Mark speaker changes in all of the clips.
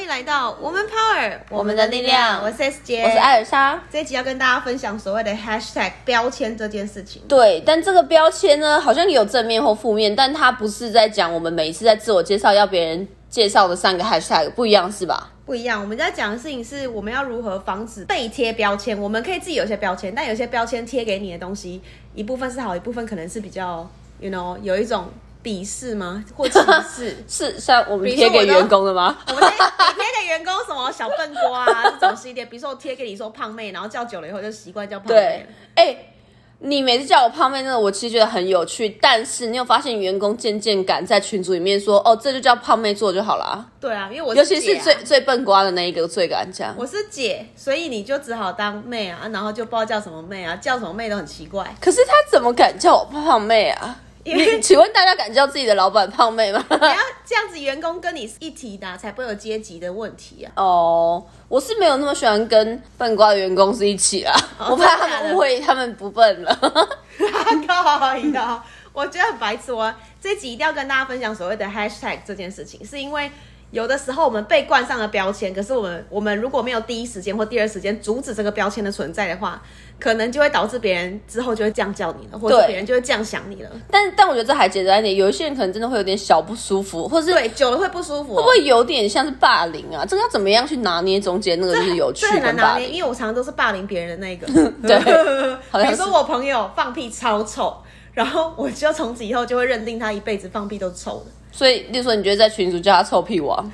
Speaker 1: 迎来到我们 Power，
Speaker 2: 我们的力量
Speaker 1: 我是 S 姐，
Speaker 2: 我是艾尔莎。
Speaker 1: 这一集要跟大家分享所谓的 Hashtag 标签这件事情。
Speaker 2: 对，但这个标签呢，好像有正面或负面，但它不是在讲我们每一次在自我介绍要别人介绍的三个 hashtag 不一样是吧？。
Speaker 1: 不一样，我们在讲的事情是我们要如何防止被贴标签。我们可以自己有一些标签，但有些标签贴给你的东西，一部分是好，一部分可能是比较，you know，有一种鄙视吗？或歧视
Speaker 2: 是像我们
Speaker 1: 比如
Speaker 2: 贴
Speaker 1: 说
Speaker 2: 给
Speaker 1: 我
Speaker 2: 员工的嗯吗？
Speaker 1: 我们贴贴给员工什么小笨瓜啊这种系列，比如说我贴给你说胖妹，然后叫久了以后就习惯叫胖妹
Speaker 2: 对。，哎、你每次叫我胖妹，那个我其实觉得很有趣，但是你有发现员工渐渐敢在群组里面说，哦，这就叫胖妹做就好啦。
Speaker 1: 对啊，因为我
Speaker 2: 尤其
Speaker 1: 姐
Speaker 2: 是
Speaker 1: 啊
Speaker 2: 最最笨瓜的那一个最敢讲。
Speaker 1: 我是姐，所以你就只好当妹啊，然后就不知道叫什么妹啊，叫什么妹都很奇怪。
Speaker 2: 可是他怎么敢叫我胖妹啊？
Speaker 1: 因为
Speaker 2: 你请问大家敢叫自己的老板胖妹吗？
Speaker 1: 你要这样子，员工跟你一体的啊、才不会有阶级的问题 啊。
Speaker 2: 哦，我是没有那么喜欢跟笨瓜的员工是一起啦，
Speaker 1: 哦
Speaker 2: 我怕他
Speaker 1: 真的假
Speaker 2: 们
Speaker 1: 的
Speaker 2: 误会他们不笨了。
Speaker 1: 靠呀！我觉得很白痴。我这集一定要跟大家分享所谓的 hashtag 这件事情，是因为有的时候我们被冠上了标签，可是我们我们如果没有第一时间或第二时间阻止这个标签的存在的话，可能就会导致别人之后就会这样叫你了，或者
Speaker 2: 对
Speaker 1: 别人就会这样想你了。
Speaker 2: 但但我觉得这还简单一点，有一些人可能真的会有点小不舒服，或是会
Speaker 1: 对，久了会不舒服、哦。
Speaker 2: 不会有点像是霸凌啊？这个要怎么样去拿捏中间那个就是有趣
Speaker 1: 这很难
Speaker 2: 跟霸
Speaker 1: 拿捏，
Speaker 2: 凌。
Speaker 1: 因为我常常都是霸凌别人的那一个。
Speaker 2: 对好
Speaker 1: 比
Speaker 2: 像
Speaker 1: 如
Speaker 2: 是
Speaker 1: 说我朋友放屁超臭，然后我就从此以后就会认定他一辈子放屁都是臭的
Speaker 2: 所以，例如说，你觉得在群主叫他臭屁王，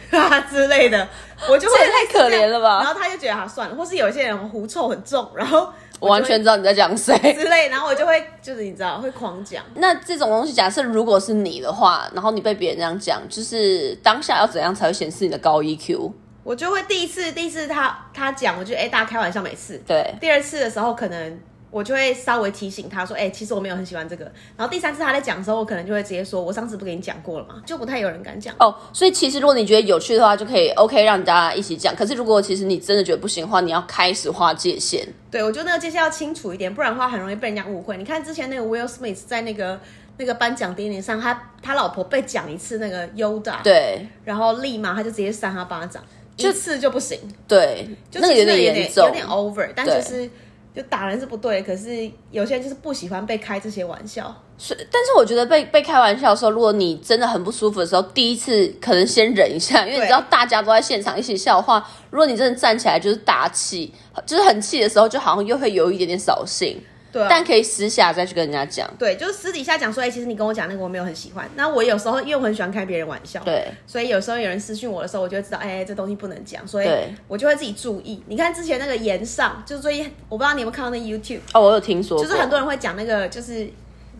Speaker 1: 之类的， 我就会
Speaker 2: 这也太可怜了吧
Speaker 1: 然后他就觉得啊算了，或是有一些人狐臭很重，然后
Speaker 2: 我
Speaker 1: 我
Speaker 2: 完
Speaker 1: 就会
Speaker 2: 全知道你在讲谁。
Speaker 1: 之类，然后我就会就是你知道会狂讲。
Speaker 2: 那这种东西，假设如果是你的话，然后你被别人这样讲，就是当下要怎样才会显示你的高 E EQ？
Speaker 1: 我就会第一次第一次他他讲，我就哎、大家开玩笑没事，
Speaker 2: 对，
Speaker 1: 第二次的时候，可能我就会稍微提醒他说：“哎、其实我没有很喜欢这个。”然后第三次他在讲的时候，我可能就会直接说：“我上次不跟你讲过了吗？”就不太有人敢讲。
Speaker 2: 哦，所以其实如果你觉得有趣的话，就可以 OK 让大家一起讲。可是如果其实你真的觉得不行的话，你要开始划界限。
Speaker 1: 对，我觉得那个界限要清楚一点，不然的话很容易被人家误会。你看之前那个 Will Smith 在那个那个颁奖典礼上，他他老婆被讲一次那个 Yoda，，
Speaker 2: 对
Speaker 1: 然后立马他就直接扇他巴掌，
Speaker 2: 就
Speaker 1: 一次就不行，
Speaker 2: 对，
Speaker 1: 就
Speaker 2: 那个
Speaker 1: 其实
Speaker 2: 有点严重
Speaker 1: 有。点 over，但
Speaker 2: 对
Speaker 1: 就是就打人是不对，可是有些人就是不喜欢被开这些玩笑。
Speaker 2: 所以但是我觉得被被开玩笑的时候，如果你真的很不舒服的时候，第一次可能先忍一下，因为你
Speaker 1: 对
Speaker 2: 知道大家都在现场一起笑的话，如果你真的站起来就是大气，就是很气的时候，就好像又会有一点点扫兴。
Speaker 1: 对啊、
Speaker 2: 但可以私下再去跟人家讲。
Speaker 1: 对，就是私底下讲说，哎、其实你跟我讲那个我没有很喜欢。那我有时候因为我很喜欢开别人玩笑，，
Speaker 2: 对
Speaker 1: 所以有时候有人私讯我的时候，我就会知道，哎、这东西不能讲，所以
Speaker 2: 对
Speaker 1: 我就会自己注意。你看之前那个岩上，就是最近我不知道你有没有看到那 YouTube，
Speaker 2: 哦，我有听说过，
Speaker 1: 就是很多人会讲那个，就是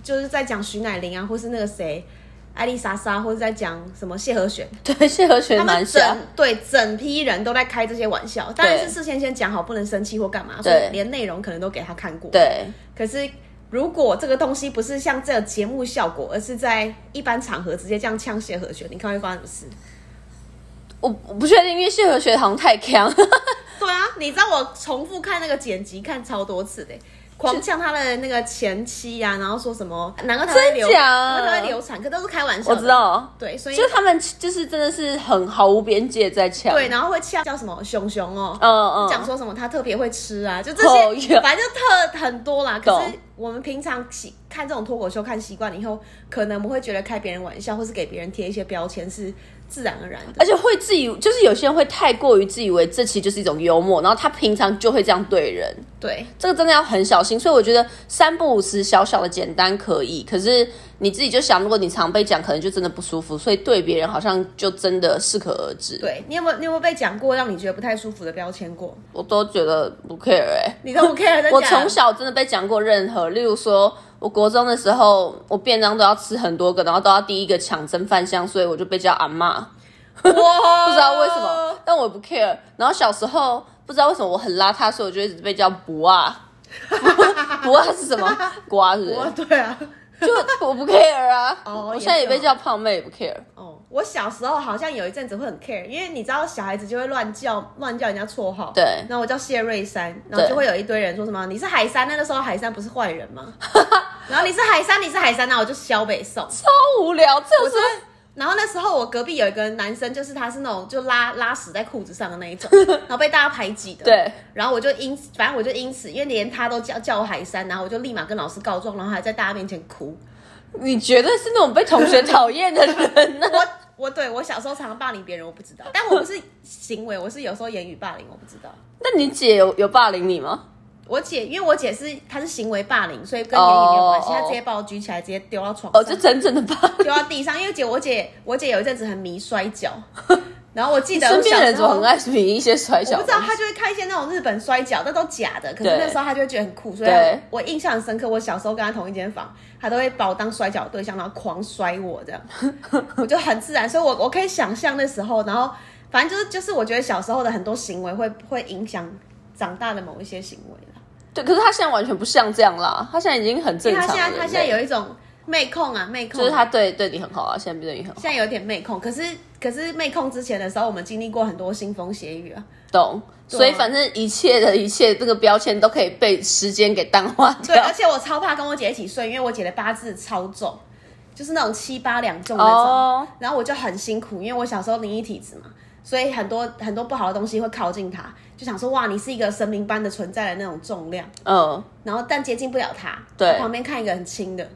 Speaker 1: 就是在讲徐乃麟啊，或是那个谁。艾丽莎莎，或者在讲什么谢和弦，
Speaker 2: 对谢和弦
Speaker 1: 他
Speaker 2: 蛮
Speaker 1: 们整
Speaker 2: 像，
Speaker 1: 对整批人都在开这些玩笑，当然
Speaker 2: 对
Speaker 1: 是事先先讲好，不能生气或干嘛，所以
Speaker 2: 对
Speaker 1: 连内容可能都给他看过。
Speaker 2: 对
Speaker 1: 可是如果这个东西不是像这个节目效果，而是在一般场合直接这样呛谢和弦，你看会发生什么事？
Speaker 2: 我我不确定，因为谢和弦好像太强。
Speaker 1: 对啊，你知道我重复看那个剪辑看超多次的、狂呛他的那个前妻啊，然后说什么难怪他会流，
Speaker 2: 真假
Speaker 1: 难怪他会流产，可都是开玩笑。
Speaker 2: 我知，道，
Speaker 1: 对，所以
Speaker 2: 就是他们就是真的是很毫无边界在抢，
Speaker 1: 对，然后会呛叫什么熊熊哦，
Speaker 2: 嗯
Speaker 1: 讲
Speaker 2: 嗯，
Speaker 1: 说什么他特别会吃啊，就这
Speaker 2: 哦
Speaker 1: 些，
Speaker 2: 哟
Speaker 1: 反正就特很多啦。可是
Speaker 2: 懂
Speaker 1: 我们平常习看这种脱口秀看习惯了以后，可能我们会觉得开别人玩笑，或是给别人贴一些标签是自然而然的。
Speaker 2: 而且会自以就是有些人会太过于自以为这其实就是一种幽默，然后他平常就会这样对人，
Speaker 1: 对
Speaker 2: 这个真的要很小心。所以我觉得三不五时小小的简单可以，可是你自己就想，如果你常被讲，可能就真的不舒服，所以对别人好像就真的适可而止。，
Speaker 1: 对，你有没有你有没有被讲过让你觉得不太舒服的标签过？
Speaker 2: 我都觉得不 care 哎、
Speaker 1: 你都不 care 真假的
Speaker 2: 我从小真的被讲过任何，例如说，我国中的时候，我便当都要吃很多个，然后都要第一个抢蒸饭箱，所以我就被叫阿
Speaker 1: 哦
Speaker 2: 嬷，
Speaker 1: 哇，不
Speaker 2: 不知道为什么，但我也不 care。然后小时候不知道为什么我很邋遢，所以我就一直被叫不啊， 不啊是什么？瓜是不
Speaker 1: 我
Speaker 2: 是？
Speaker 1: 对啊，
Speaker 2: 就我不 care 啊，
Speaker 1: 哦
Speaker 2: 我现在也被
Speaker 1: 也是
Speaker 2: 叫胖妹，也不 care。
Speaker 1: 哦，我小时候好像有一阵子会很 care，因为你知道小孩子就会乱叫乱叫人家绰号。
Speaker 2: 对
Speaker 1: 然后我叫谢瑞山，然后
Speaker 2: 对
Speaker 1: 就会有一堆人说什么你是海山，那个时候海山不是坏 人吗？然后你是海山，你是海山，那我就小北宋。
Speaker 2: 超无聊，这
Speaker 1: 我
Speaker 2: 是
Speaker 1: 真的然后那时候我隔壁有一个男生，就是他是那种就拉拉屎在裤子上的那一 种，然后被大家排挤的。
Speaker 2: 对。
Speaker 1: 然后我就因此，反正我就因此，因为连他都叫叫我海山，然后我就立马跟老师告状，然后还在大家面前哭。
Speaker 2: 你绝对是那种被同学讨厌的人呢、
Speaker 1: 我我对我小时候常常霸凌别人，我不知道，但我不是行为，我是有时候言语霸凌，我不知道。
Speaker 2: 那你姐有有霸凌你吗？
Speaker 1: 我姐，因为我姐是她是行为霸凌，所以跟言语没有关系，
Speaker 2: 哦
Speaker 1: 她直接把我举起来，直接丢到床上，
Speaker 2: 哦，就真正的霸凌。
Speaker 1: 丢到地上。因为姐我姐我姐有一阵子很迷摔 跤，然后我记得
Speaker 2: 身
Speaker 1: 我
Speaker 2: 边
Speaker 1: 小
Speaker 2: 的人
Speaker 1: 时
Speaker 2: 怎么
Speaker 1: 候
Speaker 2: 很。爱评一些摔
Speaker 1: 我
Speaker 2: 跤啊
Speaker 1: 不知？道，她就会看一些那种日本摔跤，那都假的。可是
Speaker 2: 对
Speaker 1: 那时候她就会觉得很酷，所以
Speaker 2: 对
Speaker 1: 我印象很深刻。我小时候跟她同一间房，她都会把我当摔跤的对象，然后狂摔我这 样，我就很自然。所以我我可以想象那时候，然后反正就是就是，我觉得小时候的很多行为会会影响长大的某一些行为啦。
Speaker 2: 对，可是他现在完全不像这样啦，他现在已经很正
Speaker 1: 因为
Speaker 2: 常
Speaker 1: 他
Speaker 2: 了。
Speaker 1: 现在他现在有一种妹控啊，妹控
Speaker 2: 就是他对对你很好啊，现在对你很好，
Speaker 1: 现在有点妹控，可是可是妹控之前的时候，我们经历过很多腥风血雨 啊。
Speaker 2: 懂。
Speaker 1: 对啊
Speaker 2: 所以反正一切的一切，这个标签都可以被时间给淡化
Speaker 1: 对，啊
Speaker 2: 掉
Speaker 1: 而。且我超怕跟我姐一起睡，因为我姐的八字超重，就是那种七八两重那种。
Speaker 2: 哦，
Speaker 1: 然后我就很辛苦，因为我小时候灵异体质嘛，所以很多很多不好的东西会靠近她，就想说哇，你是一个神明般的存在的那种重量，
Speaker 2: 嗯，
Speaker 1: 然后但接近不了她。
Speaker 2: 对
Speaker 1: 旁边看一个很轻的，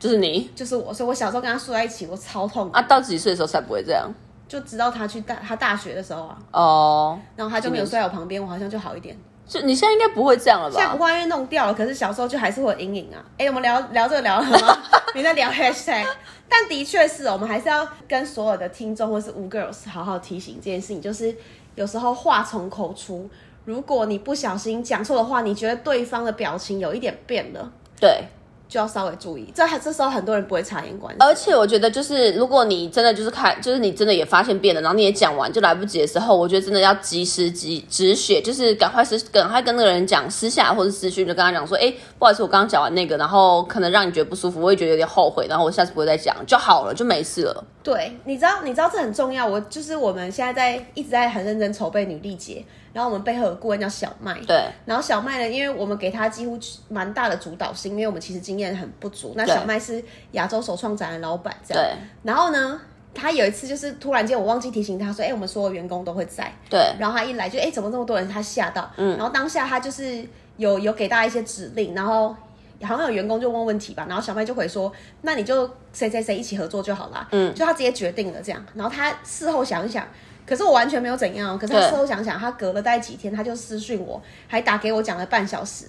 Speaker 2: 就是你
Speaker 1: 就是我，所以我小时候跟她睡在一起，我超痛苦，
Speaker 2: 啊，到几岁的时候才不会这样？
Speaker 1: 就直到她去大她大学的时候啊，
Speaker 2: 哦，
Speaker 1: 然后他就没有睡在我旁边，我好像就好一点。
Speaker 2: 就你现在应该不会这样了
Speaker 1: 现在
Speaker 2: 吧
Speaker 1: 不？会因为弄掉了，可是小时候就还是会有阴影啊。哎、我们聊聊这个聊了吗？没在聊 hashtag，但的确是我们还是要跟所有的听众或是无 girls 好好提醒这件事情，就是有时候话从口出，如果你不小心讲错的话，你觉得对方的表情有一点变了，
Speaker 2: 对，
Speaker 1: 就要稍微注意。这这时候很多人不会察言观色。
Speaker 2: 而且我觉得就是，如果你真的就是看，就是你真的也发现变了，然后你也讲完就来不及的时候，我觉得真的要及时及止血，就是赶快私赶快跟那个人讲，私下或者私讯就跟他讲说，哎、不好意思，我刚刚讲完那个，然后可能让你觉得不舒服，我也觉得有点后悔，然后我下次不会再讲就好了，就没事了。
Speaker 1: 对，你知道，你知道这很重要。我就是我们现在在一直在很认真筹备女力节，然后我们背后有顾问叫小麦，
Speaker 2: 对，
Speaker 1: 然后小麦呢，因为我们给他几乎蛮大的主导性，因为我们其实经验很不足。那
Speaker 2: 对
Speaker 1: 小麦是亚洲首创展的老板，这样。
Speaker 2: 对，
Speaker 1: 然后呢，他有一次就是突然间我忘记提醒他说，哎、我们所有员工都会在。
Speaker 2: 对，
Speaker 1: 然后他一来就，哎、怎么这么多人？他吓到。嗯。然后当下他就是有有给大家一些指令，然后。好像有员工就问问题吧，然后小麦就回说：“那你就谁谁谁一起合作就好啦。”嗯，就他直接决定了这样。然后他事后想一想，可是我完全没有怎样哦。可是他
Speaker 2: 对
Speaker 1: 事后想想，他隔了大概几天，他就私讯我，还打给我讲了半小时，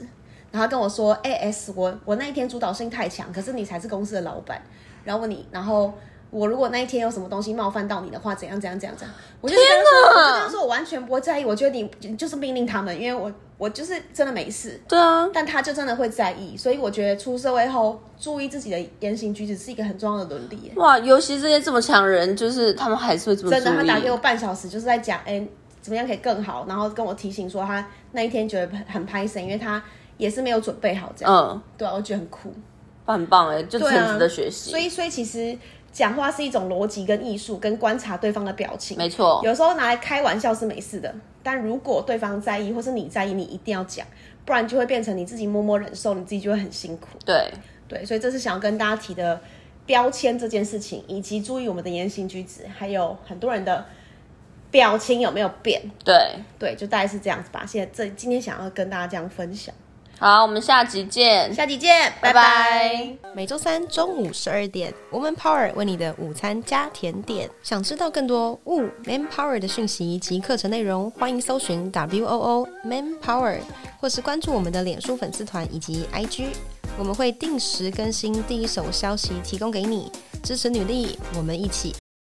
Speaker 1: 然后他跟我说：“哎、s 我我那一天主导性太强，可是你才是公司的老板。然后问你，然后我如果那一天有什么东西冒犯到你的话，怎样怎样怎样怎样。”我就跟他说，我就跟他说，我完全不会在意。我觉得你你就是命令他们，因为我我就是真的没事。
Speaker 2: 对啊，
Speaker 1: 但他就真的会在意，所以我觉得出社会后注意自己的言行举止是一个很重要的伦理耶。
Speaker 2: 哇，尤其这些这么强人，就是他们还是会这么
Speaker 1: 真
Speaker 2: 注
Speaker 1: 的，
Speaker 2: 意。
Speaker 1: 他打给我半小时，就是在讲，哎、怎么样可以更好，然后跟我提醒说他那一天觉得很很拍神，因为他也是没有准备好这样。
Speaker 2: 嗯，
Speaker 1: 对啊，我觉得很酷。
Speaker 2: 很棒哎、就
Speaker 1: 对
Speaker 2: 很
Speaker 1: 啊
Speaker 2: 值得学习。
Speaker 1: 所以，所以其实讲话是一种逻辑跟艺术，跟观察对方的表情。
Speaker 2: 没错，
Speaker 1: 有时候拿来开玩笑是没事的，但如果对方在意，或是你在意，你一定要讲，不然就会变成你自己默默忍受，你自己就会很辛苦。
Speaker 2: 对，
Speaker 1: 对，所以这是想要跟大家提的标签这件事情，以及注意我们的言行举止，还有很多人的表情有没有变。
Speaker 2: 对。
Speaker 1: 对，就大概是这样子吧。现在这今天想要跟大家这样分享，
Speaker 2: 好，我们下集见。
Speaker 1: 下期见，拜
Speaker 2: 拜拜
Speaker 1: 拜
Speaker 3: 每周三中午十二点，Woman Power 为你的午餐加甜点。想知道更多 Wo Man Power 的讯息及课程内容，欢迎搜寻 W O O Man Power，或是关注我们的脸书粉丝团以及 IG。我们会定时更新第一手消息，提供给你支持女力，我们一起